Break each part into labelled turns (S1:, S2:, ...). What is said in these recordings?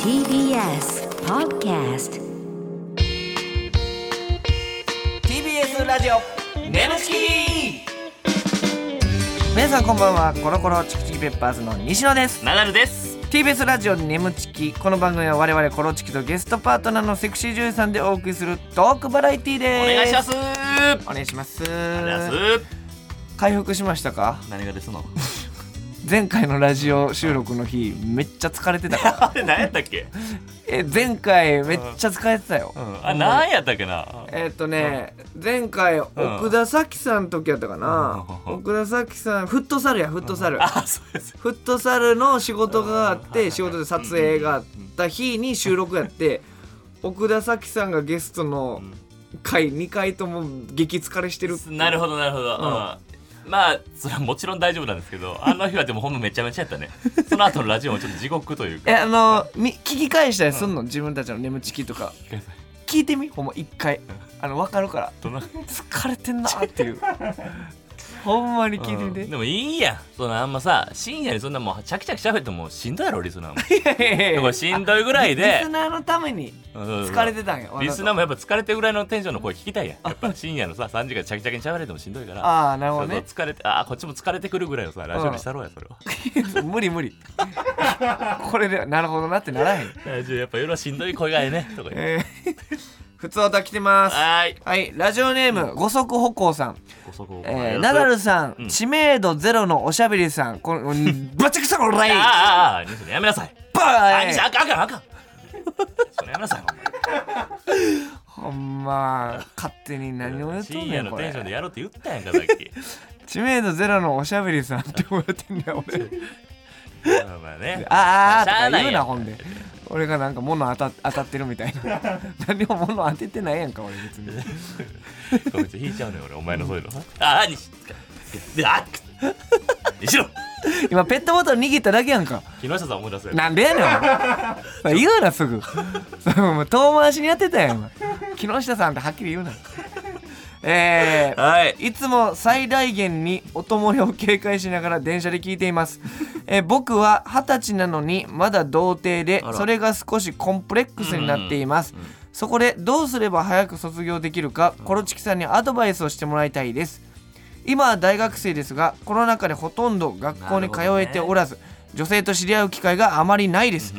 S1: TBS Podcast
S2: TBS ラジオネムチキ皆さんこんばんはコロコロチキチキペッパーズの西野です
S3: ナダルです。
S2: TBS ラジオネムチキこの番組は我々コロチキとゲストパートナーのセクシー女優さんでお送りするトークバラエティー
S3: お
S2: です
S3: 願いします。
S2: お願いします
S3: お願いします。
S2: 回復しましたか
S3: 何がですの？
S2: 前回のラジオ収録の日めっちゃ疲れてたから
S3: あれ何やったっけ？
S2: え前回めっちゃ疲れてたよ、
S3: あ何やったっけな。
S2: えーっとね、前回奥田咲さんの時やったかな、
S3: うん
S2: 奥田咲さんフットサルやフットサル、
S3: あそうです。
S2: フットサルの仕事があって仕事で撮影があった日に収録やって奥田咲さんがゲストの回2回とも激疲れしてる
S3: なるほどなるほど。うんまあそれはもちろん大丈夫なんですけど、あの日はでもほんまめちゃめちゃやったね。その後のラジオもちょっと地獄という
S2: え
S3: か。
S2: あのみ聞き返したりすんの自分たちの眠ちきとか聞いてみほんま1回あの分かるから
S3: どんな
S2: 疲れてんなって いうほんまに聞いてみて、
S3: うんでもいいやんそのあんまさ深夜にそんなもうチャキチャキ喋ってもしんどいやろリスナーも でもしんどいぐらい
S2: リ
S3: で
S2: スナーのために疲
S3: 疲
S2: れてたんやわざと
S3: リスナーもやっぱ疲れてるぐらいのテンションの声聞きたいやんやっぱ深夜のさ3時間チャキチャキに喋れてもしんどいから
S2: ああなるほど
S3: そう
S2: ね
S3: そう疲れてあーこっちも疲れてくるぐらいのさラジオにしたろうやそれは
S2: 無理無 理これでなるほどなってならへん
S3: ラジオやっぱ夜はしんどい声がええねとか言う
S2: えー 普通歌来てます。
S3: はーい
S2: はい、ラジオネーム、五足歩行さん、
S3: ごそご
S2: えー、ナダルさん、
S3: うん
S2: 知名度ゼロのおしゃべりさん、 この、ぶっちゃけさこれ、バ
S3: あーあーあー西野やめなさいあ
S2: ー
S3: 西野
S2: イ
S3: あかんあかんあかんそれやめなさいほんま
S2: ほんま、勝手に何を言うとん
S3: 深
S2: ね
S3: 夜
S2: ん、
S3: の
S2: こ
S3: テンションで
S2: れ。
S3: やろうって言ったやんかさっき
S2: 知名度ゼロのおしゃべりさんって思って んねん、俺。
S3: まあまあね
S2: あーあー
S3: しゃ
S2: とか言う
S3: い
S2: な、
S3: や
S2: ほんで。俺がなんか物当た当たってるみたいな。 何も物当ててないやんか、俺別に。
S3: ごめんちょっと引いちゃうね俺お前のそういうのああ西野あ西野
S2: 今、ペットボトル握っただけやんか。
S3: 木下さん思い出せ
S2: なんでやねん お前言うなすぐ それもう遠回しにやってたやんお前木下さんってはっきり言うなえー
S3: はい
S2: いつも最大限に音漏れを警戒しながら電車で聞いています、えー僕は二十歳なのにまだ童貞で
S3: あら
S2: それが少しコンプレックスになっています、そこでどうすれば早く卒業できるかコロチキさんにアドバイスをしてもらいたいです今は大学生ですがコロナ禍でほとんど学校に通えておらず、女性と知り合う機会があまりないです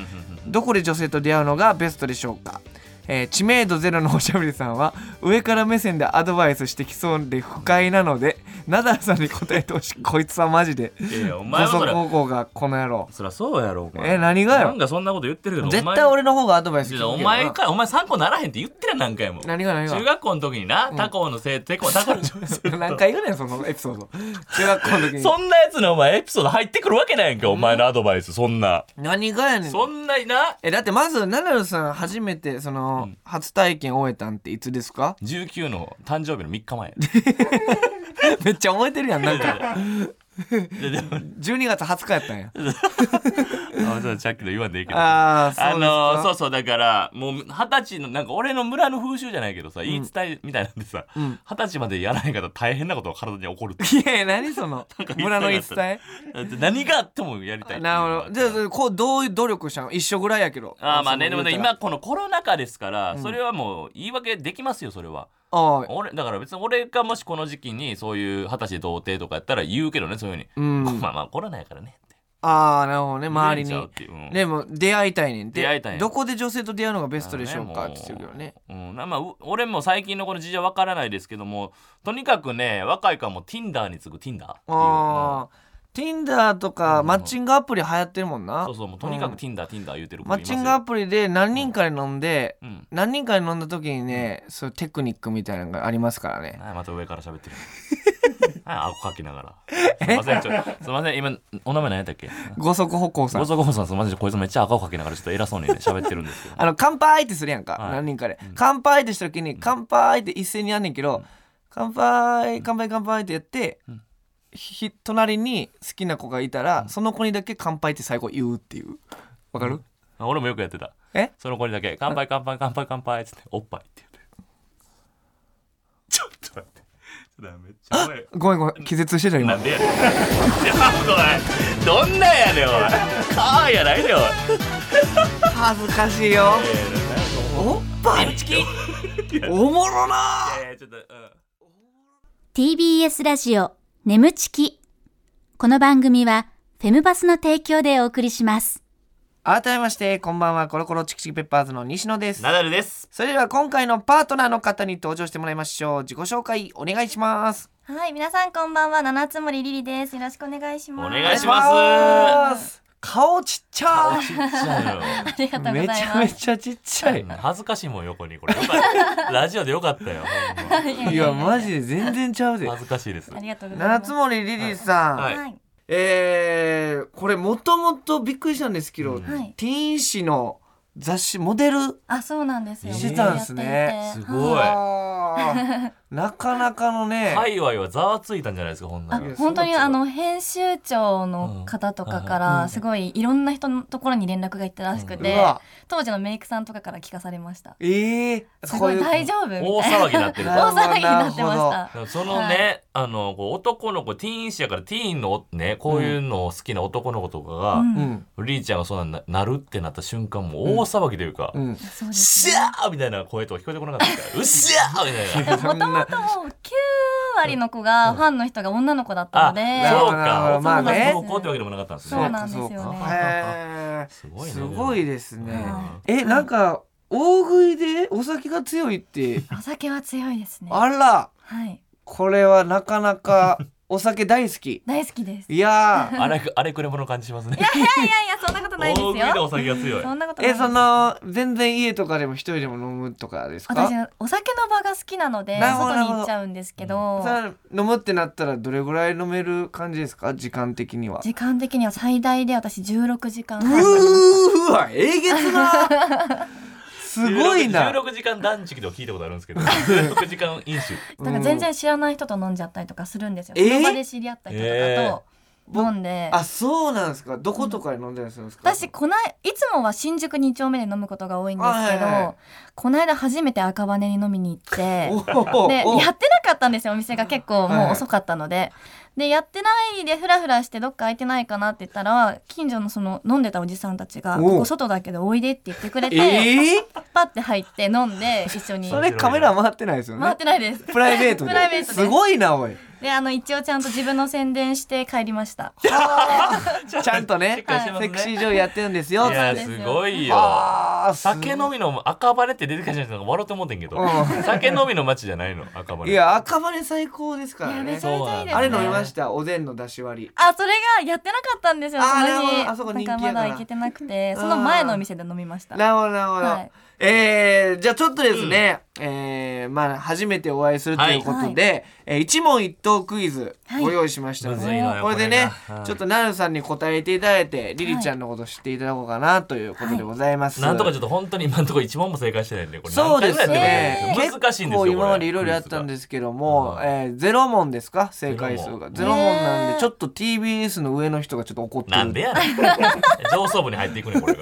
S2: どこで女性と出会うのがベストでしょうか、えー知名度ゼロのおしゃべりさんは上から目線でアドバイスしてきそうで不快なのでナダルさんに答えてほしいこいつはマジで
S3: いやいやお
S2: 高
S3: 前はそ
S2: 速
S3: ら
S2: 高校がこの野郎
S3: そりゃそうやろお前
S2: え何が
S3: な
S2: よ
S3: んかそんなこと言ってるけど
S2: 絶
S3: お前
S2: 対俺の方がアドバイス聞くけどな
S3: お前かお前参考ならへんって言ってるやん何回も
S2: 何が何が
S3: 中学校の時にな他校 のせい他校他校のせい
S2: 何回言うねんそのエピソード中学校の時に
S3: そんなやつのお前エピソード入ってくるわけないやんかお前のアドバイスそんな
S2: 何がやねん
S3: そんなにな
S2: えだってまずナダルさん初めてその、初体験終えたんっていつですか
S3: 19の誕生日の3日 前
S2: めっちゃ覚えてるやんなんか
S3: ででも
S2: 12月20日やったんや
S3: あそうさっきの言わんでいいけど
S2: ああそう
S3: あ
S2: ですか
S3: のーそうそうだからもう二十歳のなんか俺の村の風習じゃないけどさ、言い伝えみたいなんでさ二十、歳までやらない方大変なことが体に起こるって
S2: いやいや何そ の村の言い伝
S3: だって何があってもやりた
S2: え
S3: いっていうのが
S2: なるほどじゃあそれこうどういう努力したの一緒ぐらいやけど
S3: あーまあね
S2: そ
S3: で
S2: の
S3: もね
S2: 言うたら
S3: 今このコロナ禍ですから、それはもう言い訳できますよそれは
S2: ああ
S3: 俺だから別に俺がもしこの時期にそういう二十歳で童貞とかやったら言うけどねそういうふうに、
S2: うん
S3: まあまあコロナやからねって
S2: ああなるほどね周り
S3: 言え
S2: に
S3: ちゃうっていううん
S2: でも出会いたいねんで
S3: 出会いたいねん
S2: どこで女性と出会うのがベストでしょうかって言ってるけどね
S3: うん、なまあう俺も最近のこの事情わからないですけどもとにかくね若いからもう Tinder に次ぐ Tinder っていう
S2: ああ Tinder とかマッチングアプリ流行ってるもんな
S3: そうそうもうとにかく
S2: ん
S3: Tinder、Tinder 言うてる子
S2: マ
S3: い
S2: ッ
S3: ます
S2: チ
S3: よ
S2: ングアプリで何人かで飲んで、
S3: うん
S2: 何人かで飲んだ時にね、そういうテクニックみたいなのがありますからね。
S3: はいまた上から喋っ てるあ顎かきながらすいませんちょすいません今お名前何やったっけ
S2: 五足歩行さ
S3: ご
S2: ん。
S3: そごそさんすいませんこいつめっちゃ赤をかけながらちょっと偉そうにね喋ってるんですけ ど
S2: あの、乾杯ってするやんか、
S3: はい
S2: 何人かで。乾杯ってした時に、乾杯って一斉にやんねんけど、乾杯、乾杯、乾杯ってやって、ひ、隣に好きな子がいたら、その子にだけ乾杯って最後言うっていう。わかる、
S3: 俺もよくやってた
S2: え
S3: その子にだけ「乾杯乾杯乾杯乾杯」っつって「おっぱい」って言ってちょっと待ってダメっちゃおい
S2: ごめんごめん気絶してた
S3: な
S2: 今
S3: んでやねんちょっとおいどんなんやねんおいかーやないでおい
S2: 恥ずかしいよおっぱい
S3: チキンい
S2: おもろな
S3: やいやちょっと、うん
S4: TBS ラジオ眠ちきこの番組はフェムバスの提供でお送りします
S2: 改めましてこんばんはコロコロチキチキペッパーズの西野です
S3: ナダルです
S2: それでは今回のパートナーの方に登場してもらいましょう自己紹介お願いします
S5: はい、皆さんこんばんは、七つ森りりです。よろしくお願いします。
S3: お願いし
S5: ま
S3: ます
S2: お願いします顔ちっちゃ
S3: ちっちゃ
S5: す。ありがとうござ
S2: め
S5: いま
S2: ちゃ
S5: す。
S2: めちゃちっちゃ
S3: い
S2: い
S3: よ恥ずかしいもん横にこれよかったラジオでよかったよほんま
S2: いやマジで全然ちゃうで
S3: 恥ずかしいです
S5: ありがとうございま
S2: 七
S5: す。
S2: つ森リリーさん、
S3: はい
S5: はい、
S2: えー、これもともとびっくりしたんですけど、
S3: うん
S5: はい
S2: ティーン誌の雑誌モデル
S5: あ、そうなんですよ。
S2: してたんすね
S5: やっていて
S3: すごい
S2: あー なかなかのね、
S3: 界隈はざわついたんじゃないですかほんな
S5: あ
S3: ら
S2: いや
S5: 本当に
S2: そう
S5: あの編集長の方とかか
S2: うん
S5: らすごいいろんな人のところに連絡がいったらしく
S2: う
S5: て
S2: わ
S5: 当時のメイクさんとかから聞かされました
S2: えー、
S5: すごい大丈夫みたい
S3: 大
S5: な
S3: 騒ぎになって る
S2: な
S5: 大騒ぎになってま
S2: なるほど
S3: で
S5: した
S3: もそのね、あのこう男の子ティーン誌やからティーンのねこういうのを好きな男の子とかが、
S5: うん
S2: うん
S3: リーちゃんがそんなんななるってなった瞬間もう大騒ぎというか「
S2: う
S3: うん
S5: そうです
S3: しゃー!」みたいな声とか聞こえてこなかったです から「うっしゃー!」みたいな。
S5: でももともと9割の子がファンの人が女の子だっ
S3: あ、
S5: たので
S3: そう
S2: なるほど
S3: か。
S2: まあね
S3: 男の子ってわけでもなかったんです
S5: そう
S3: ね。
S5: なんですよね
S2: そうかへー
S3: すごいね
S2: すごいですね、
S5: は
S2: えなんか大食いでお酒が強いって
S5: お酒は強いですね
S2: あら
S5: はい
S2: これはなかな かお酒大好き
S5: 大好きです
S2: いやー
S3: あれあれくれもの感じしますね。
S5: いやいやいやそんなことないですよ。
S3: 大食いでお酒が強い
S5: そんな ことない
S2: え
S5: です
S2: その全然家とかでも一人でも飲むとかですか
S5: 私お酒の場が好きなので
S2: なるほど
S5: 外に行っちゃうんですけど
S2: それ飲むってなったらどれぐらい飲める感じですか時間的には
S5: 時間的には最大で私16時間
S2: うーわえげつ なすごいな
S3: 16 16時間断食とか聞いたことあるんですけど、16時間飲酒。
S5: なんか全然知らない人と飲んじゃったりとかするんですよ。
S2: えー
S5: その場で知り合った人とかと飲んで。
S2: あそうなんですかどことかで飲んでるんですか
S5: 私こないいつもは新宿2丁目で飲むことが多いんですけど、
S2: あはいはい
S5: この間初めて赤羽に飲みに行って
S2: おー
S5: で
S2: おー
S5: やってなかったんですよお店が結構
S2: はい
S5: もう遅かったので。でやってないでフラフラしてどっか空いてないかなって言ったら近所のその飲んでたおじさんたちが「
S2: おう
S5: ここ外だけどおいで」って言ってくれて、
S2: えー
S5: パッて入って飲んで一緒に
S2: それカメラ回ってないですよね
S5: 回ってないです。
S2: プライベートで
S5: プライベートです
S2: ごいなおい
S5: であの一応ちゃんと自分の宣伝して帰りました。
S2: ちゃんとね
S3: しっかりしてます
S2: セ
S3: ね
S2: クシー女優やってるんですよ
S3: いやすごいよ。
S2: あーす
S3: 酒飲みの赤羽って出てきたじゃないですか笑って思ってんけど
S2: う
S3: 酒飲みの街じゃないの赤羽
S2: いや赤羽最高ですから
S5: いやめ
S2: ね
S5: ちゃめちゃいいですね
S2: あれ飲みましたおでんの出し割り
S5: あそれがやってなかったんですよそ
S2: あーな
S5: の
S2: るほ
S5: 日
S2: どあそこ人気
S5: な
S2: やか
S5: んからまだ行けてなくてその前のお店で飲みました
S2: なるほどなるほど、
S5: はい
S2: えーじゃあちょっとですね、えーまあ初めてお会いするということで、えー一問一答クイズ
S5: はい
S2: ご用意しましたの
S3: む
S2: で、
S3: ずいのよ
S2: これでね
S3: これがはい
S2: ちょっとなるさんに答えていただいてリリちゃんのこと知っていただこうかなということでございます、
S3: なんとかちょっと本当に今のところ一問も正解してないんでこれ
S2: そうです
S3: 何
S2: ね
S3: 回ぐらいやってもいいですよ難しいんですよ
S2: 結構今までいろいろやったんですすけども、
S3: うん
S2: えーゼロ問ですか正解数がゼ
S5: ゼ
S2: ロ
S5: ロ問
S2: 問なん
S5: へ
S2: で
S5: ー
S2: ちょっと TBS の上の人がちょっと怒ってる
S3: なんで やねん上層部に入っていくねこれが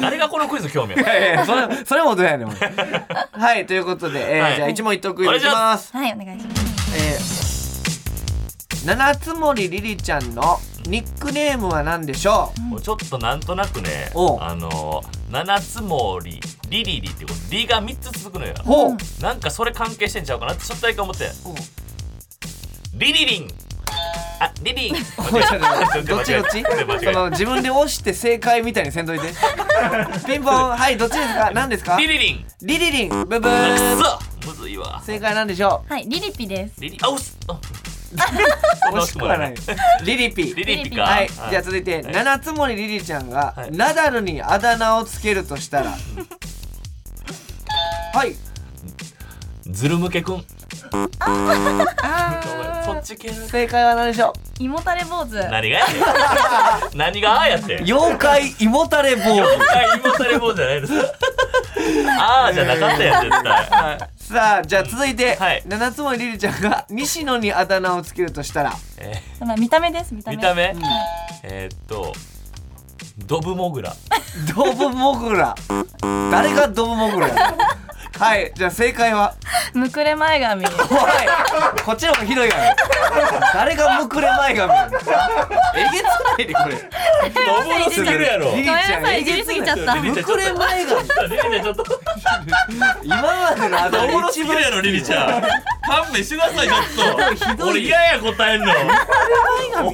S3: 誰がこのクイズ興味ある
S2: いやいやそれそれもどうやねんお前はいということで、えー
S3: はい
S2: じゃあ一問一答クイズいきます
S5: はいお願いします
S2: えー、七つ森りりちゃんのニックネームは何でしょう、
S3: もうちょっとなんとなくね
S2: おう
S3: あの七つ森リリリってことリが三つ続くのよ
S2: ほう、
S3: なんかそれ関係してんちゃうかなってちょっとだけ思ってリリリンあ リリン
S2: ほうちょっと待って
S3: 間違えた
S2: どっちどっち
S3: 間違え
S2: そ
S3: た
S2: の自分で押して正解みたいにせんといてピンポンはいどっちですか何ですか
S3: リリリン
S2: リリリンブブ
S3: あ
S2: ー
S3: くそむずいわ
S2: 正解なんでしょ
S5: はいリリピです
S3: リリあうっすあ
S2: う惜しくはないリリピ
S3: リリピか
S2: はい、じゃあ続いて、七つ森りりちゃんが、
S3: はい
S2: ナダルにあだ名をつけるとした らはい
S3: ズル向けくんそっち系の
S2: 正解は何でしょ
S5: 胃もたれ坊主
S3: 何がやねん何がああやって
S2: う 妖怪胃もたれ坊主
S3: あ芋され棒じゃないですああじゃなかったやん絶対はい
S2: さあじゃあ続いて、
S3: はい
S2: 七つ森りりちゃんが西野にあだ名をつけるとしたら
S3: え
S5: まあ見た目です見た
S3: ー
S5: 目
S3: 見た目えーっとドブモグラ
S2: ドブモグラ誰がドブモグラやはいじゃあ正解は
S5: むくれ前髪です
S2: おいこっちの方がひどいやろ誰がむくれ前髪やねんえげつないでこ
S3: おもろすぎるやろ
S2: れ
S5: ごめんなさいいじりすぎちゃった
S3: リ
S2: む
S3: リちゃん
S2: くれ前髪
S3: リリちゃんちょっと
S2: 今までのあだ
S3: おも
S2: 名
S3: ろす
S2: 一
S3: ぎる
S2: 番
S3: やろリリちゃん勘弁してくださいちょっと俺嫌や答えんの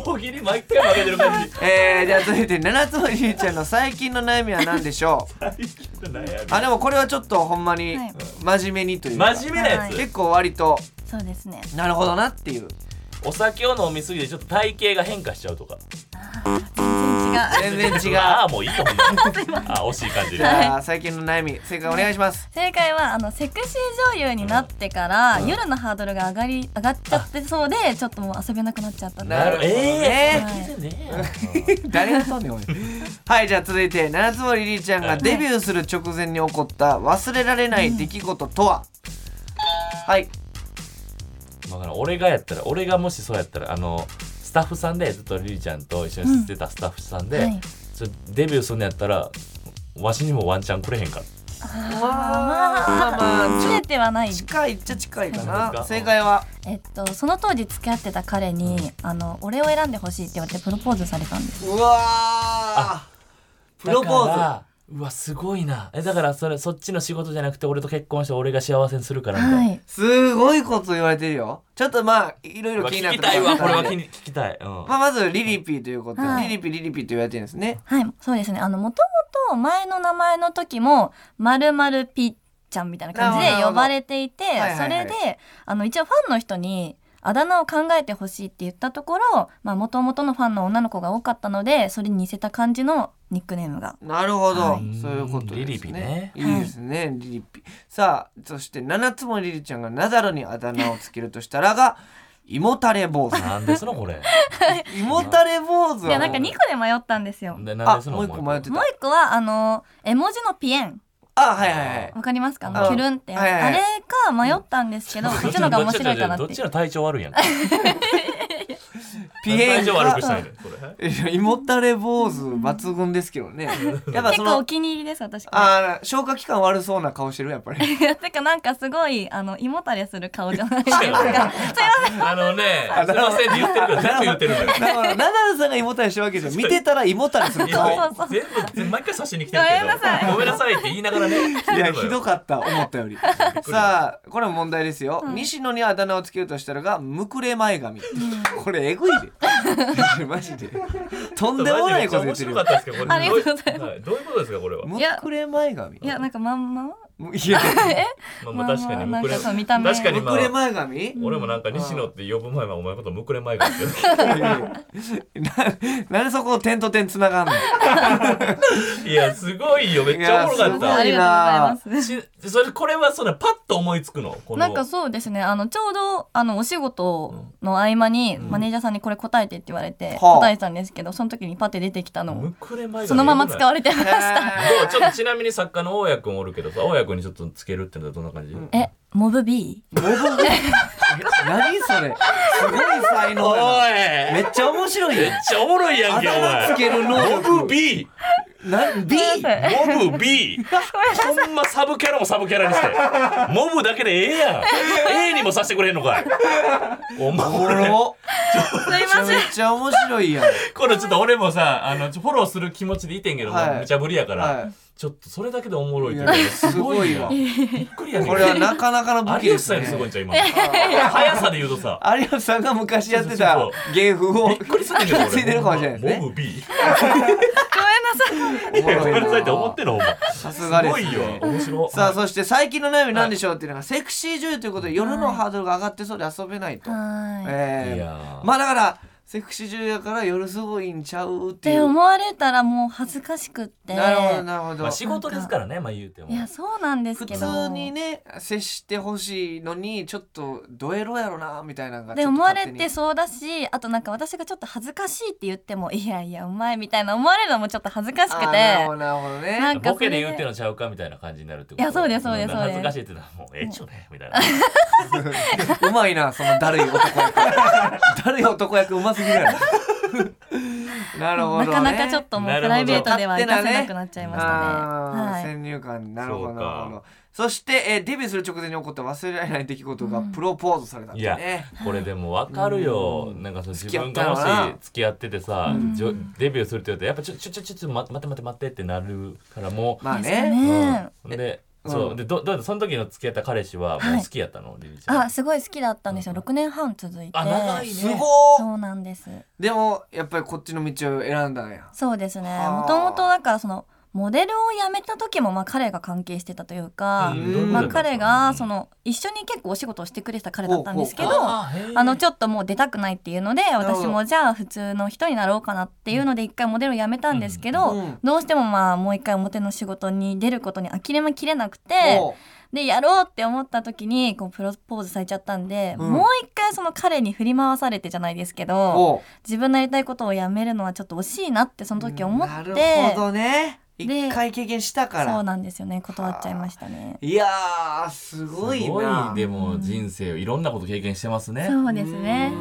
S3: 大喜利毎回負けてる感じ
S2: えー、じゃあ続いて七つのりりちゃんの最近の悩みは何でしょ うあでもこれはちょっとほんまに
S5: はい
S2: 真面目にというか
S3: 真面目なやつ
S2: 結構割と
S5: そうですね
S2: なるほどなっていう
S3: お酒を飲みすぎてちょっと体型が変化しちゃうとか
S2: 全然違う じ
S3: あ
S2: ゃ
S3: あもういいと 思うああ惜しい感じで
S2: あ最近の悩み正解お願いします
S5: 正解はあのセクシー女優になってから、夜のハードルが上がり上がっちゃってそうでちょっともう遊べなくなっちゃったんで
S2: なるほどね
S3: え
S2: 誰がそうねんおいはいじゃあ続いて七つ森りりちゃんがデビューする直前に起こった忘れられない出来事とは、はい
S3: まあだから俺がやったら俺がもしそうやったらあのスタッフさんでずっとリリちゃんと一緒にしてたスタッフさんで、
S5: はい
S3: ちょデビューするのやったらわしにもワンチャンくれへんか
S2: まあまあまあち
S5: 切
S2: ょ
S5: れ
S2: って
S5: はない
S2: と近いっちゃ近いか
S3: そうです
S2: な
S3: か
S2: 正解は
S5: えっとその当時付き合ってた彼にあの俺を選んでほしいって言われてプロポーズされたんです
S2: うわープロポー
S3: だか
S2: ズ
S3: らうわすごいなえだからそれそっちの仕事じゃなくて俺と結婚して俺が幸せにするからみたいな、
S5: はい
S2: すごいこと言われてるよちょっとまあいろいうろ
S3: わ
S2: 気に
S3: 聞
S2: なって
S3: きたいわこれは気
S2: に
S3: に聞きたい、うん
S2: まあまずリリピーということで、
S5: はい
S2: リリピリリピと言われてるんですね
S5: はいそうですねあのもともと前の名前の時も「まるまるぴっちゃん」みたいな感じ
S2: なるほ
S5: で
S2: ど
S5: 呼ばれていて
S2: いはいはい
S5: それであの一応ファンの人にあだ名を考えてほしいって言ったところもともとのファンの女の子が多かったのでそれに似せた感じのニックネームが
S2: なるほど、
S5: はい
S2: そういうことですね
S3: リリピね
S2: いいですね、リリピさあそして七つもリリちゃんがナダルにあだ名をつけるとしたら が胃もたれ坊主
S3: なんですのこれ
S2: 胃もたれ坊主
S5: い
S2: は
S5: やなんか2個で迷ったんですよ
S3: でなん
S2: あ
S3: ですの
S2: もう一個迷って
S5: もう
S2: た
S5: 一個はあの絵文字のピエン
S2: あはいはいはい
S5: わかりますかあ
S2: あ
S5: のキュルンって、
S2: はいはいはい
S5: あれか迷ったんですけどそっちの方が面白いかな
S3: ど
S5: っ
S3: ってちの体調悪い やん
S2: ピエン
S3: 体調悪くし た
S2: が
S3: いねこれ
S2: いや胃もたれ坊主抜群ですけど ねやっぱ
S5: 結
S2: そ
S5: 構お
S2: の
S5: 気に入りです私あ
S2: あー消化器官悪そうな顔してるやっぱり
S5: てかなんかすごいあの胃もたれする顔じゃないですかすいません
S3: あのね、すいませんって言ってるから、全部言ってるか
S2: だからナダルさんが胃もたれしてるわけじゃん見てたら胃もたれする
S5: そう
S2: 顔
S5: そう
S3: ら。全部、全部毎回差しに来てるけど。
S5: ごめんなさい
S3: ごめんなさいって言いながらね。
S2: いやひどかった思った よりさあこれも問題ですよ、西野にあだ名をつけるとしたらがむくれ前髪、これえぐいで マジでとんでもないこと言ってるよ
S3: マジでめっちゃ面白かったですけど、これ。
S5: ありがとうございます
S3: どい。どういうことですか、これは。
S2: む
S5: いや
S2: くれ前髪
S5: いやなんかまんま
S2: む いや
S3: まあ、まあ、確かに、
S5: まあまあ
S3: むくれ。
S5: なんかそう
S3: 確
S5: 見た目
S3: かに、
S2: む
S3: ま
S2: くれ
S3: あ。
S2: 前髪、
S3: 俺もなんか西野って呼ぶ前はお前のことむくれ前かって言って
S2: いやいや ななんでそこを点と点つながんの
S3: たいやすごいよめっちゃおもろかっ
S2: いや
S5: あ
S3: た
S5: りがとうございます
S3: しそれこれはそれパッと思いつくのこの
S5: なんかそうですねあのちょうどあのお仕事の合間に、マネージャーさんにこれ答えてって言われて、
S2: はあ
S5: 答えてたんですけどその時にパッて出てきたのを
S3: むくれ前髪
S5: そのまま使われてました
S3: どうちょっとちなみに作家の大家君おるけどさ大家君にちょっとつけるってのはどんな感じ、
S5: えモブ B?
S2: モブ何それすごい才能やなめ
S3: めっ
S2: っちゃ面白いやん
S3: ちゃおもろいやん
S2: あ
S3: けお
S2: だ名つ
S3: 前
S2: ける能力
S3: モブ B
S2: な B
S3: モブ B ほんまサブキャラもサブキャラにしてモブだけでええやん A にもさせてくれんのかいお前
S2: おも
S3: 俺
S2: ろめちゃめちゃ面白いやん
S3: これちょっと俺もさあのちょフォローする気持ちでいてんけど、
S2: はい
S3: もう無茶ぶりやから、
S2: は
S3: ちょっとそれだけでおもろい
S2: いい
S3: というか
S2: や
S3: す
S2: す
S3: ご
S2: ご
S3: い
S2: い
S3: や
S2: わ
S3: んびっくりやね
S2: これはなかなかの武器
S3: 有
S2: で
S3: 吉
S2: す
S3: さんよ
S2: ね
S3: りすごいんちゃ う今速さで言うとさ
S2: 有吉さんが昔やって
S3: そ
S2: た
S3: うそう
S2: 芸風を
S3: びっくりするんだけど俺
S2: ついてるかもしれないですね
S3: モブ B
S2: おも
S3: ご
S2: ろい
S3: めんなさいって
S2: な
S3: 思ってるほんま
S2: さすがです
S3: ごいよ
S2: ね
S3: 面白
S2: さあそして最近の悩みなんでしょうっていうのがセクシー女優ということで夜のハードルが上がってそうで遊べないと
S5: はい。っ
S3: い
S2: え
S3: や
S2: ーまあだからセクシー女優やから夜すごいんちゃうってい
S5: て
S2: う
S5: 思われたらもう恥ずかしくって。
S2: なるほどなるほ
S3: ま
S2: ど
S3: あ仕事ですからねまあ言うても
S5: いやそうなんです
S2: 普
S5: けど。
S2: 通にね接してほしいのにちょっとドエロやろなみたいなのがちょっ
S5: で
S2: と
S5: 思われ
S2: 勝手に
S5: てそうだしあとなんか私がちょっと恥ずかしいって言ってもいやいやお前みたいな思われるのもちょっと恥ずかしく
S2: あーなるほ
S5: て
S2: どなるほどね
S5: なんか
S3: ボ
S5: それ
S3: ケ
S5: で
S3: で言うてのちゃうかみたいな感じになるってこと
S5: いやそうですそうです
S3: ん
S5: そうです
S3: 恥ずかしいってのはもうええっちょねみたいな
S2: うまいなそのだるい男役だるい男役うますぎるやろなるほど、ね、
S5: なかなかちょっともうプライベートでは行かせなくなっちゃいましたね。
S2: あー
S5: はい
S2: 先入観なるほど
S3: そう
S2: な
S3: か
S2: るほどそして、えーデビューする直前に起こった忘れられない出来事がプロポーズされたん
S3: い
S2: だよ
S3: や
S2: ね、
S3: これでも分かるよ、なんかその自分がも
S2: 付き合ったよ
S3: し
S2: な
S3: 付き合っててさ、じょデビューするって言うとやっぱちょちょちょちょちょ待って待って待ってってなるからも
S2: まあ
S5: ですよ
S2: ね
S5: ね。
S3: う、で
S2: うん
S3: そうでどどうやってその時の付き合った彼氏はもう好きやったの、リリちゃん
S5: あ、すごい好きだったんですよ。6年半続いて。
S3: あ長いね
S2: すごー
S5: そうなんです。
S2: でもやっぱりこっちの道を選んだんや
S5: そうですね。
S2: はあ
S5: もともとだからそのモデルを辞めた時もまあ彼が関係してたというか、
S2: んう
S5: まあ彼がその一緒に結構お仕事をしてくれてた彼だったんですけど。
S3: あ
S5: あのち
S3: ょっ
S5: ょっともう出たくないっていうので
S2: るほど
S5: 私もじゃあ普通の人になろうかなっていうので一回モデルを辞めたんですけど、
S2: うん
S5: どうしてもまあもう一回表の仕事に出ることに呆れまきれなくて
S2: おう
S5: でやろうって思った時にこうプロポーズされちゃったんで、
S2: うん
S5: もう一回その彼に振り回されてじゃないですけど
S2: おう
S5: 自分のやりたいことをやめるのはちょっと惜しいなってその時思っ
S2: な
S5: て、
S2: るほどね
S5: で
S2: 一回経験したから
S5: そうなんですよね断っちゃいましたね。
S2: いやーすごい
S3: すごい
S2: な
S3: でも人生をいろんなこと経験してますね
S5: そうですね。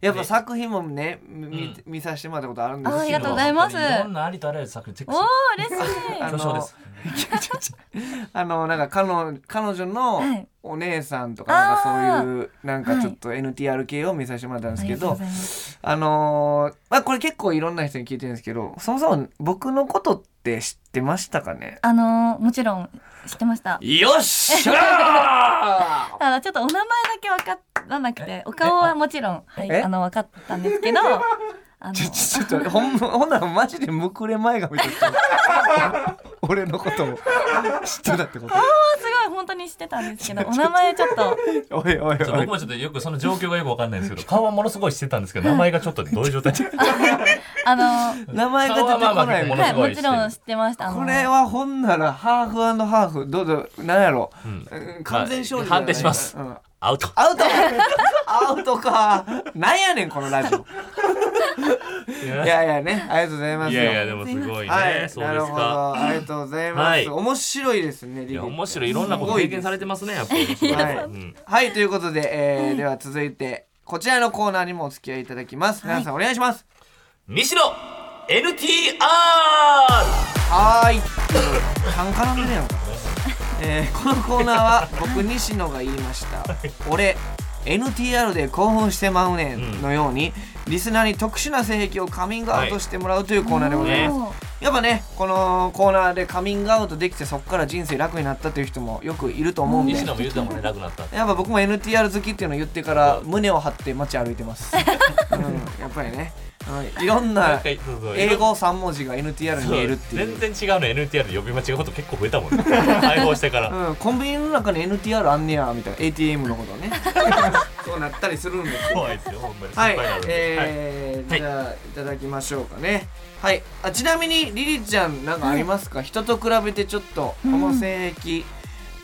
S2: やっぱ作品もね見,、見させてもらったことあるんですけど
S5: ありがとうございます
S3: いろんなありとあらゆる作品チェッ
S5: お
S3: ク
S5: ー
S3: して
S5: 嬉しい。
S2: あ
S3: 巨匠です
S2: あのなんか彼女彼女の
S5: はい
S2: お姉さんとかなんか
S5: あー
S2: そういうなんかちょっと NTR 系を見させてもらったんですけ
S5: ありがとう
S2: ど
S5: ございます
S2: あのーまあこれ結構いろんな人に聞いてるんですけどそもそも僕のことって知ってましたかね
S5: あのーもちろん知ってました。
S2: よっしゃー
S5: ただちょっとお名前だけ分からなくてお顔はもちろん、はい、
S2: え
S5: あの分かったんです けどあの
S2: ちょちょちょっとほんまほんならマジでむくれ前髪として俺のことを知ってたってこ
S5: すごい本当にしてたんですけどお名前ちょっ と
S2: とおいおい
S3: ちょっと
S2: おい
S3: 僕もちょっとよくその状況がよくわかんないんですけ ど顔はものすごいしてたんですけど名前がちょっとどういう状態
S5: あのは
S2: 名前が出てこ
S3: 顔はまあま
S2: な
S3: あ
S2: いみたい
S3: もの
S5: い
S3: すご
S5: も
S3: い
S5: ちろん知ってましたあの
S2: これはほんならハーフハーフどうぞなんやろ
S3: ん
S2: うん完全勝利
S3: まあ判定します
S2: うん
S3: アウト
S2: アウトアウトかなんやねんこのラジオ
S3: い
S2: いやいやねありがとうございます
S3: いやいやでもすごいね、
S2: はい
S3: そう
S2: な
S3: で
S2: る
S3: す
S2: ほ
S3: か
S2: どありがとうございま
S3: は
S2: す
S3: い
S2: 面白いですねリ
S3: い
S2: リ
S3: や
S2: ー
S3: 面白いいろんなこと経験されてますねやっぱり、
S2: はい
S3: うん
S2: はいということでえーでは続いてこちらのコーナーにもお付き合いいただきます皆さんお願いします
S3: 西野 NTR
S2: はーい。カンカラんねやんか。えーこのコーナーは僕西野が言いました。俺 NTR で興奮してまうねんのように、リスナーに特殊な性癖をカミングアウトしてもらうというコーナーでございます。
S5: おー
S2: やっぱねこのコーナーでカミングアウトできてそこから人生楽になったという人もよくいると思うんで。
S3: 西野も言うてたもんね楽になった
S2: やっぱ僕も NTR 好きっていうのを言ってから胸を張って街歩いてます、 うん、やっぱりね、うんいろんな英語3文字が NTR に見えるっていう
S3: 全然違うの NTR で呼び間違うこと結構増えた もんね解放してから、
S2: うん、コンビニの中に NTR あんねやみたいな ATM のこと ねそうなったりするんですよ
S3: 怖いですよほんまに心
S2: は
S3: 配
S2: い
S3: になるん、で、
S2: えー
S3: はい
S2: じゃあいただきましょうかねはいあちなみにリリちゃんなんかありますか、人と比べてちょっとこの性癖、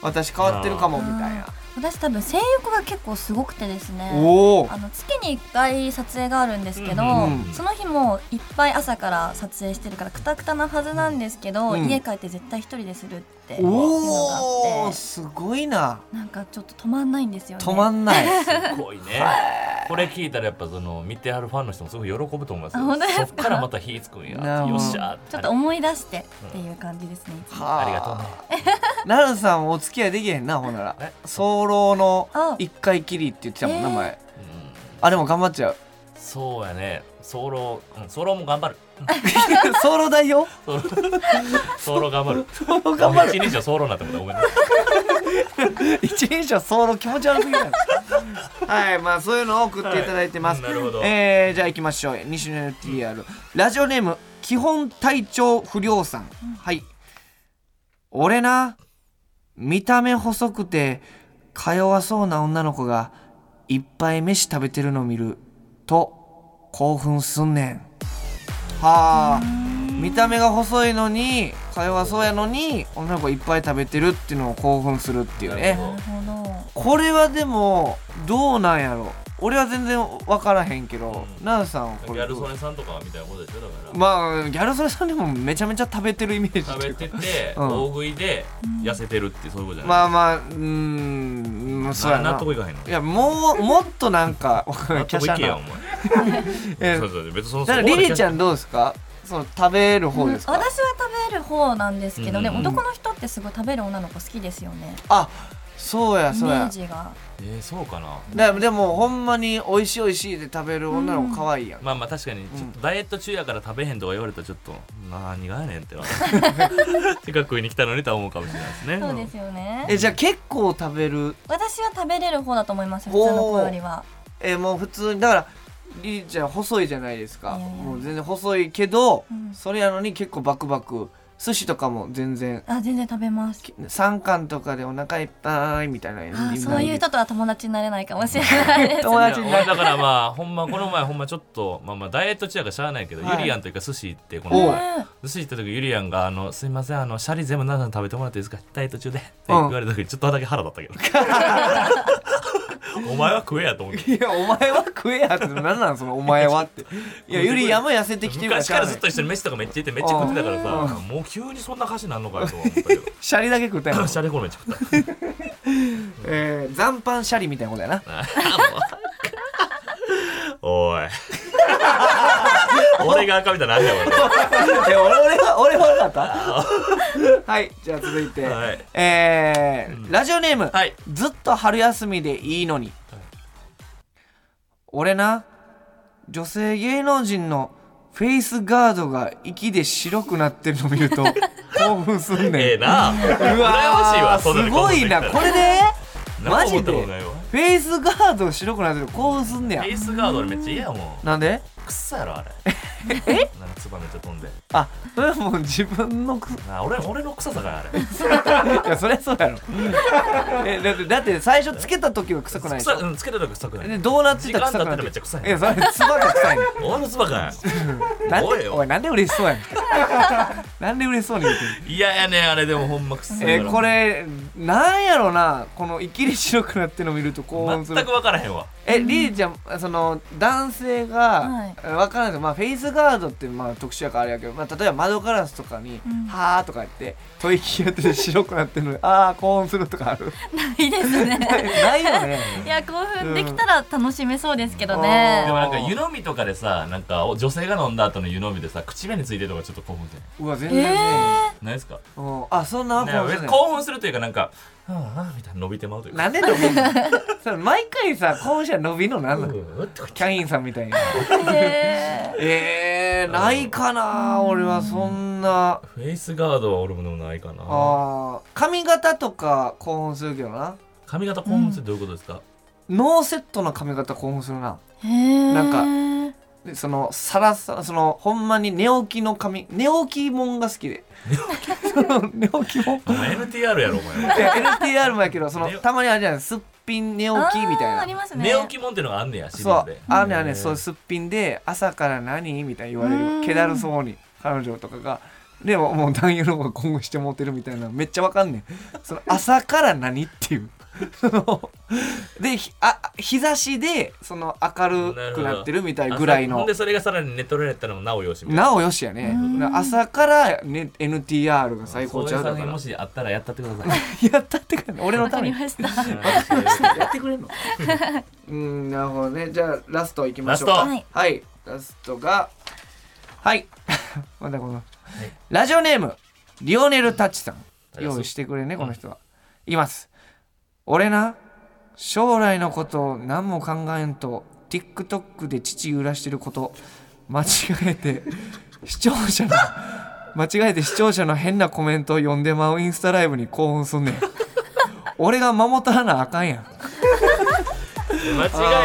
S2: 私変わってるかもみたいな
S5: 私多分性欲が結構すごくてですね
S2: おお
S5: あの月に1回撮影があるんですけど、
S2: うん
S5: その日もいっぱい朝から撮影してるからクタクタなはずなんですけど、
S2: うん
S5: 家帰って絶対一人でするっていうのが
S2: お
S5: あ
S2: お
S5: っ
S2: すごいな
S5: てなんかちょっと止まんないんですよね
S2: 止まんない
S3: すごいね。これ聞いたらやっぱその見てはるファンの人もすごい喜ぶと思います
S5: あ本当です
S3: よ。
S5: か
S3: そっからまた火つくんや。
S2: なるほど
S3: よっしゃー
S5: ちょっと思い出してっていう感じですね、
S2: は
S3: ありがとうね。
S2: なるさんお付き合いできへんなほんなら
S3: え
S2: 早漏の
S5: あ
S2: 1回きりって言ってたもんな
S5: えー
S2: 前
S3: うん
S2: あでも頑張っちゃう
S3: そうやね。ソロ、うん、ソロも頑張 る。
S2: 早漏代表
S3: ソロ、ソロ頑張る。
S2: 早漏 頑張る
S3: 一日はソロになってもらごめんね。
S2: 一人称ソロ気持ち悪すぎないはいまあそういうのを送っていただいてます、
S3: はいなるほど
S2: えーじゃあ行きましょう西野 NTR、ラジオネーム基本体調不良さん、はい俺な見た目細くてか弱そうな女の子がいっぱい飯食べてるの見ると興奮すんねんはあ見た目が細いのにか弱そうやのに女の子いっぱい食べてるっていうのを興奮するっていうね
S5: なるほど
S2: これはでもどうなんやろ俺は全然分からへんけど、
S3: うん
S2: ナンさんはこ
S3: ギ
S2: れ
S3: ャ
S2: ど
S3: ル
S2: う
S3: 曽根さんとかみたいなことでしょだから。
S2: まあギャル曽根さんでもめちゃめちゃ食べてるイメージ
S3: 食
S2: ってい
S3: べ
S2: うか
S3: てて、
S2: うん
S3: 大食いで痩せてるってそういうことじゃない。
S2: まあまあうーんうんそうや
S3: な
S2: な
S3: 納得いかへんの
S2: い。やもうもっとなんか華
S3: 納得い
S2: 奢
S3: けやお
S2: な
S3: 前。
S2: え
S3: そう
S2: ー
S3: そう別にその
S2: だからリリーちゃ
S3: ん
S2: んどうですかその食べる方です
S5: 私
S2: か、
S5: は食べる方なんですけど、
S3: うんうん
S5: で
S3: うん
S5: も男の人ってすごい食べる女の子好きですよね
S2: あそうや
S5: イ
S2: そう
S5: メ
S2: や
S5: ージが
S3: えー、そうかな
S2: だからでもほんまに美味しい美味しいで食べる女の子可愛いやん、
S3: まあまあ確かにちょっとダイエット中やから食べへんとか言われたらちょっと何がやねん ってなせっかく食いに来たのにとは思うかもしれないですね
S5: そうですよね
S2: えじゃあ結構食べる
S5: 私は食べれる方だと思いますよ普通の子よりは
S2: えもう普通にだからりりちゃん細いじゃないですか
S5: いやいや
S2: もう全然細いけど、
S5: うん
S2: それやのに結構バクバク寿司とかも全然
S5: あ全然食べます
S2: 3貫とかでお腹いっぱいみたいな
S5: あそういう
S2: と
S5: 人とは友達になれないかもしれな いです
S2: 友達
S3: い
S2: に
S3: や
S2: な
S3: 俺
S2: る
S3: だからまあほんまこの前ほんまちょっとまあまあダイエット中やからしゃあないけど、
S2: はい
S3: ゆりやんというか寿司行ってこ
S2: お
S3: の
S2: う
S5: ね
S3: 寿司行った時ゆりやんが「あのすいませんあのシャリ全部奈々さん食べてもらっていいですかダイエット中で」って言われた時ちょっとだけ腹立った けどお前は食えやと思って
S2: いやお前は食えやって何なんそのお前はっていやゆり山痩せてきてるから
S3: 昔
S2: し
S3: か
S2: ゃあ
S3: ら
S2: な
S3: ずっ
S2: い
S3: と一緒に飯とかめっちゃ行ってめっちゃ食ってたからさもう急にそんな歌詞なんのかよとは思 ったけど
S2: シャリだけ食ったや ろ
S3: シャリこれめっちゃ食った
S2: えー、残飯シャリみたいなことやな
S3: お い俺が赤みたいなんだよ
S2: え俺俺は俺は悪かったはいじゃあ続いて、
S3: はい
S2: えーラジオネーム、
S3: はい
S2: ずっと春休みでいいのに、俺な女性芸能人のフェイスガードが息で白くなってるの見る と興奮すん
S3: え
S2: ね
S3: え
S2: ん、
S3: な
S2: うわー
S3: 羨ましいわそんな
S2: す
S3: の興
S2: ご
S3: 奮で
S2: い
S3: きた
S2: な
S3: ら
S2: これでマ
S3: 何
S2: ジで
S3: も思ったこと
S2: フ
S3: ないわ
S2: ェイスガード白くなってる興奮すんねや
S3: フェイスガード俺めっちゃ嫌やもん
S2: なんで
S3: くっさやろあれえなんかツバめっちゃ飛んで
S2: あそれはもう自分のく
S3: なあ俺俺の臭さがあれ
S2: いやそりゃそうや ろえだってだって最初つけた時は臭くないでし
S3: 臭
S2: ょ
S3: いうんつけたら臭くな
S2: で
S3: い
S2: どうなってたら
S3: 時
S2: 臭く
S3: 間経っ
S2: な
S3: た
S2: っ
S3: ら
S2: て
S3: めっちゃ臭い
S2: いやそれ唾が臭いね
S3: 俺のツバか
S2: んなん
S3: おい
S2: で
S3: よ
S2: おいなんで嬉しそうやね んなんで嬉しそうに言うてんの
S3: い嫌やねあれでもほんまくっさ
S2: え
S3: いか
S2: ー
S3: ら
S2: これなんやろなこの生きり白くなってるの見ると興奮する
S3: 全く分からへんわ
S2: えリーちゃんその男性
S5: は
S2: が
S5: い
S2: えわからないけどまあフェイスガードってまあ特殊やからあれやけどまあ例えば窓ガラスとかに「
S5: ん
S2: はあ」とか言って吐息やってて白くなってるのに「ああ興奮する」とかあ る
S5: いいです ね
S2: ないよね
S5: いや興奮できたら楽しめそうですけどね
S3: でもなんか湯飲みとかでさなんかお女性が飲んだ後の湯飲みでさ口紅ついてるとかちょっと興奮せん
S2: うわ全
S5: え
S2: 然ね、
S3: ないですか
S2: うんあそんな
S3: ね
S2: 興奮するね
S3: 興奮するというかなんか「はあはあ」みたいな伸びてまうというか
S2: なんで伸びんの それ毎回さ興奮したら伸びんのなんな
S3: うん
S2: の
S3: うんってこ
S2: キャインさんみたいに
S5: ーえ
S2: えー、ないかな俺はそんな
S3: とフェイスガードは俺もでもないかな
S2: あー髪型とか興奮するけどな
S3: 髪型興奮するってどういうことですか、
S2: ノーセットの髪型興奮するな
S5: ーへ
S2: なん
S5: ー
S2: でそのサラサラそのほんまに寝起きの髪寝起きもんが好きで その寝起きもん
S3: お前 NTR やろお 前
S2: い や LTR もやけどその
S3: 寝起
S2: たまにあれじゃないすっぴん寝起きみたい
S5: あーあ
S2: な
S5: りますね
S3: 寝起きもんってのがあんねやシリ
S2: そ
S3: ーズ
S2: う
S3: で、
S2: あねあね、そう、すっぴんで、朝から何みたいに言われ
S5: うん
S2: る。気だるそうに、彼女とかが。でも、もう男優の方が今後してモテるみたいな、めっちゃわかんねん。その、朝から何っていう。 そので、ひあ、日差しで、その、明るくなってるみたいぐらい
S3: あほ
S2: の
S3: んで。それがさらに寝取られたらなおよしみたいな
S2: なおよしやね。朝から、ね、NTR が最高ちゃうだ
S3: そうい
S2: か
S3: う作品
S2: ら
S3: も。しあったらやったってください
S2: やったってか、俺の
S5: わ
S2: た
S5: か
S2: め
S5: り
S2: に。
S5: ました
S2: やってくれんのうんなるほどねじゃあラストいきましょうか
S3: ラスト
S5: はい
S2: はいラストがはい まだこの、ラジオネームリオネル・タッチさん
S3: りがとう
S2: 用意してくれねこの人は、います俺な将来のこと何も考えんと TikTok で父揺らしてること間違えて 視聴者の間違えて視聴者の変なコメントを読んでまうインスタライブに興奮すんねん俺が守たらなあかんやん
S3: 間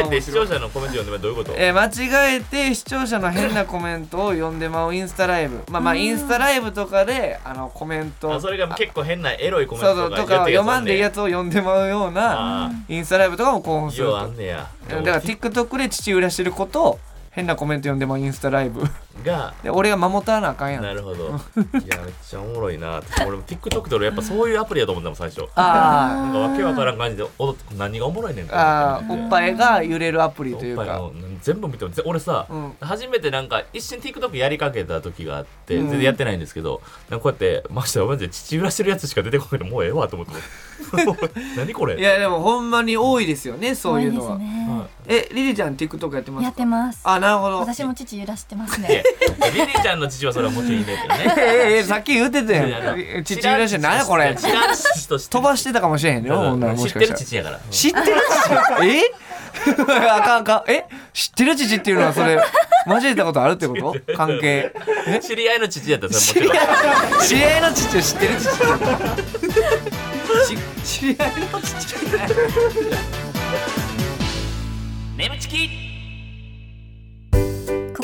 S3: 違えて視聴者のコメント読んでもどういうこと
S2: えー間違えて視聴者の変なコメントを読んでまうインスタライブまあまあインスタライブとかであのコメント
S3: あそれが結構変なエロいコメン
S2: そうそ
S3: ト
S2: う
S3: と
S2: と
S3: か
S2: かを
S3: 言
S2: 読
S3: って
S2: まんでいいや
S3: つ
S2: つを読んでまうような
S3: あ
S2: インスタライブとかも興奮
S3: あ
S2: すると
S3: ようあんねや
S2: だから TikTok で父親してることを変なコメント読んでまうインスタライブ
S3: が
S2: で俺が守たらなあかんやん
S3: な
S2: あ
S3: るほどいやめっちゃおもろいなって俺も TikTok で俺やっぱそういうアプリやと思ったもん最初
S2: あ
S3: なんかわけわからん感じで踊って何がおもろいねんって思った
S2: あ
S3: ん
S2: ー
S3: で
S2: おっぱいが揺れるアプリという
S3: おっぱい
S2: か
S3: の全部見ても俺さ、
S2: うん
S3: 初めてなんか一瞬 TikTok やりかけた時があって、全然やってないんですけどなんかこうやってましてマジで父浦してるやつしか出てこなくてもうええわと思って 何こ
S2: い
S3: れ
S2: やでもほんまに多いですよねそういうのは、
S5: 多ですね
S2: えリリちゃん TikTok やってますか
S5: やってます
S2: あなるほど
S5: 私も父揺らしてます
S3: いや
S5: ね
S3: リリーちゃんの父はそれはもちろんいないけど
S2: え
S3: ね
S2: えええさっき言ってたやん 父親らしい何やこれ
S3: 知らん父として
S2: 飛ばしてたかもしれへんよほんならも
S3: 知っ
S2: してかし
S3: る
S2: たら
S3: 父やから
S2: 知ってる父えあかんあかんえ知ってる父っていうのはそれ交えたことあるってこと関係え
S3: 知り合いの父やったらそ
S2: 知
S3: れ
S2: り
S3: も
S2: 合
S3: ちろん
S2: い知り合いの父を知ってる父知知り合いの父じゃない
S3: 眠ちき
S5: こ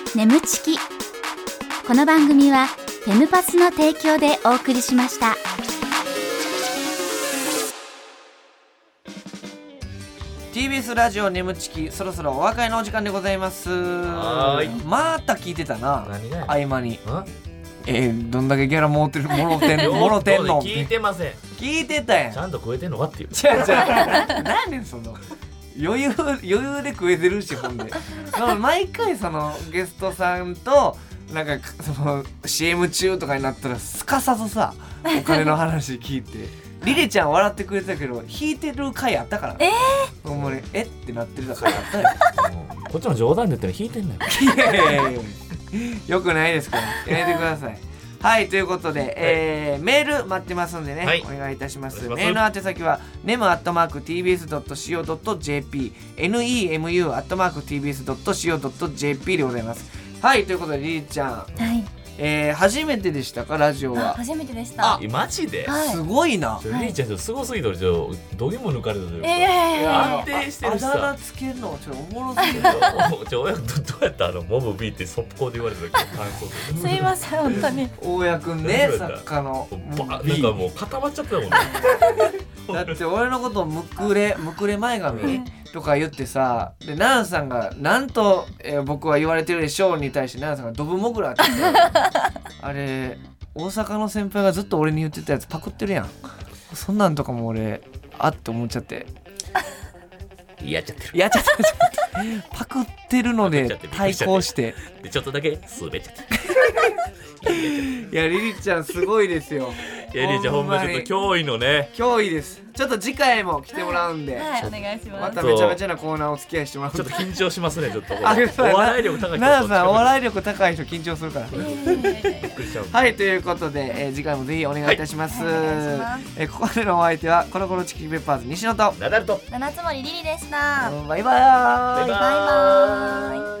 S4: 眠ちきこの番組はフェムパスの提供でお送りしました
S2: TBS ラジオ眠ちきそろそろお別れのお時間でございます
S3: はーい
S2: また聞いてたな
S3: 何がや
S2: 合間に
S3: ん
S2: えー、どんだけギャラもろてるもろてんのもろてんの
S3: 聞いてませんち
S2: 聞いてたやん
S3: ゃんと食えてんのかっていう
S2: 違う違う 何ねんその余裕余裕で食えてるしほんで その毎回そのゲストさんとなんかその CM 中とかになったらすかさずさお金の話聞い てリリちゃん笑ってくれてたけど引いてる回あったからえー、ほんまにえってなってるだからあったよ
S3: うんこっちの冗談で言ったら引いてんのよ
S2: いやいやいやいやよくないですからやめてくださいはいということで、えーメール待ってますんでね、
S3: はい
S2: お願いいたします
S3: お願いします
S2: メールの宛先は nemu.tbs.co.jp nemu.tbs.co.jp でございますはいということでりりちゃん、
S5: はい
S2: えー初めてでしたかラジオは
S5: 初めてでし
S2: あ
S5: た
S3: えマジです
S2: ごいな
S3: ちょリリーちゃんちょっとすごすぎて俺ちょっとどぎも抜かれたというか
S5: ええ
S3: 安定してるしさ
S2: ああだ名つけるのちょっとおもろすぎる
S3: おちょ親どどうやったあのモブ B って速攻で言われた時の感想
S5: すいません本当に
S2: 大家くんね作家の
S3: バーなんかもう固まっちゃったもんね
S2: だって俺のことむく れむくれ前髪とか言ってさでナナさんが「なんと、えー僕は言われてるでしょう」に対してナナさんが「ドブモグラ」って言って あれ大阪の先輩がずっと俺に言ってたやつパクってるやんそんなんとかも俺あって思っちゃって
S3: やっちゃってる
S2: やっちゃったやっちゃったパクってるので対抗して
S3: でちょっとだけ滑っちゃって
S2: いやリリちゃんすごいですよ
S3: いやリリーちゃんほんまちょっと
S2: ほんま
S3: 脅威のね
S2: に脅威ですちょっと次回も来てもらうんで、
S5: はいお願いし
S2: ま
S5: ます
S2: ためちゃめちゃなコーナーお付き合いしてもらうん
S3: ちょ
S2: で
S3: っと緊張しますねちょっとこ
S2: あ
S3: れお笑い力高い人
S2: 奈々さんお
S3: い
S2: 笑い力高い人緊張するから
S3: びっくりしちゃう
S2: はいということで、えー次回もぜひお願いいたします,、
S5: はいお願いします
S2: えーここまでのお相手はコロコロチキンペッパーズ西野と
S3: ナダルと
S5: 七つ森りりでした
S2: バイバーイ
S3: バイバーイ
S5: バイバーイ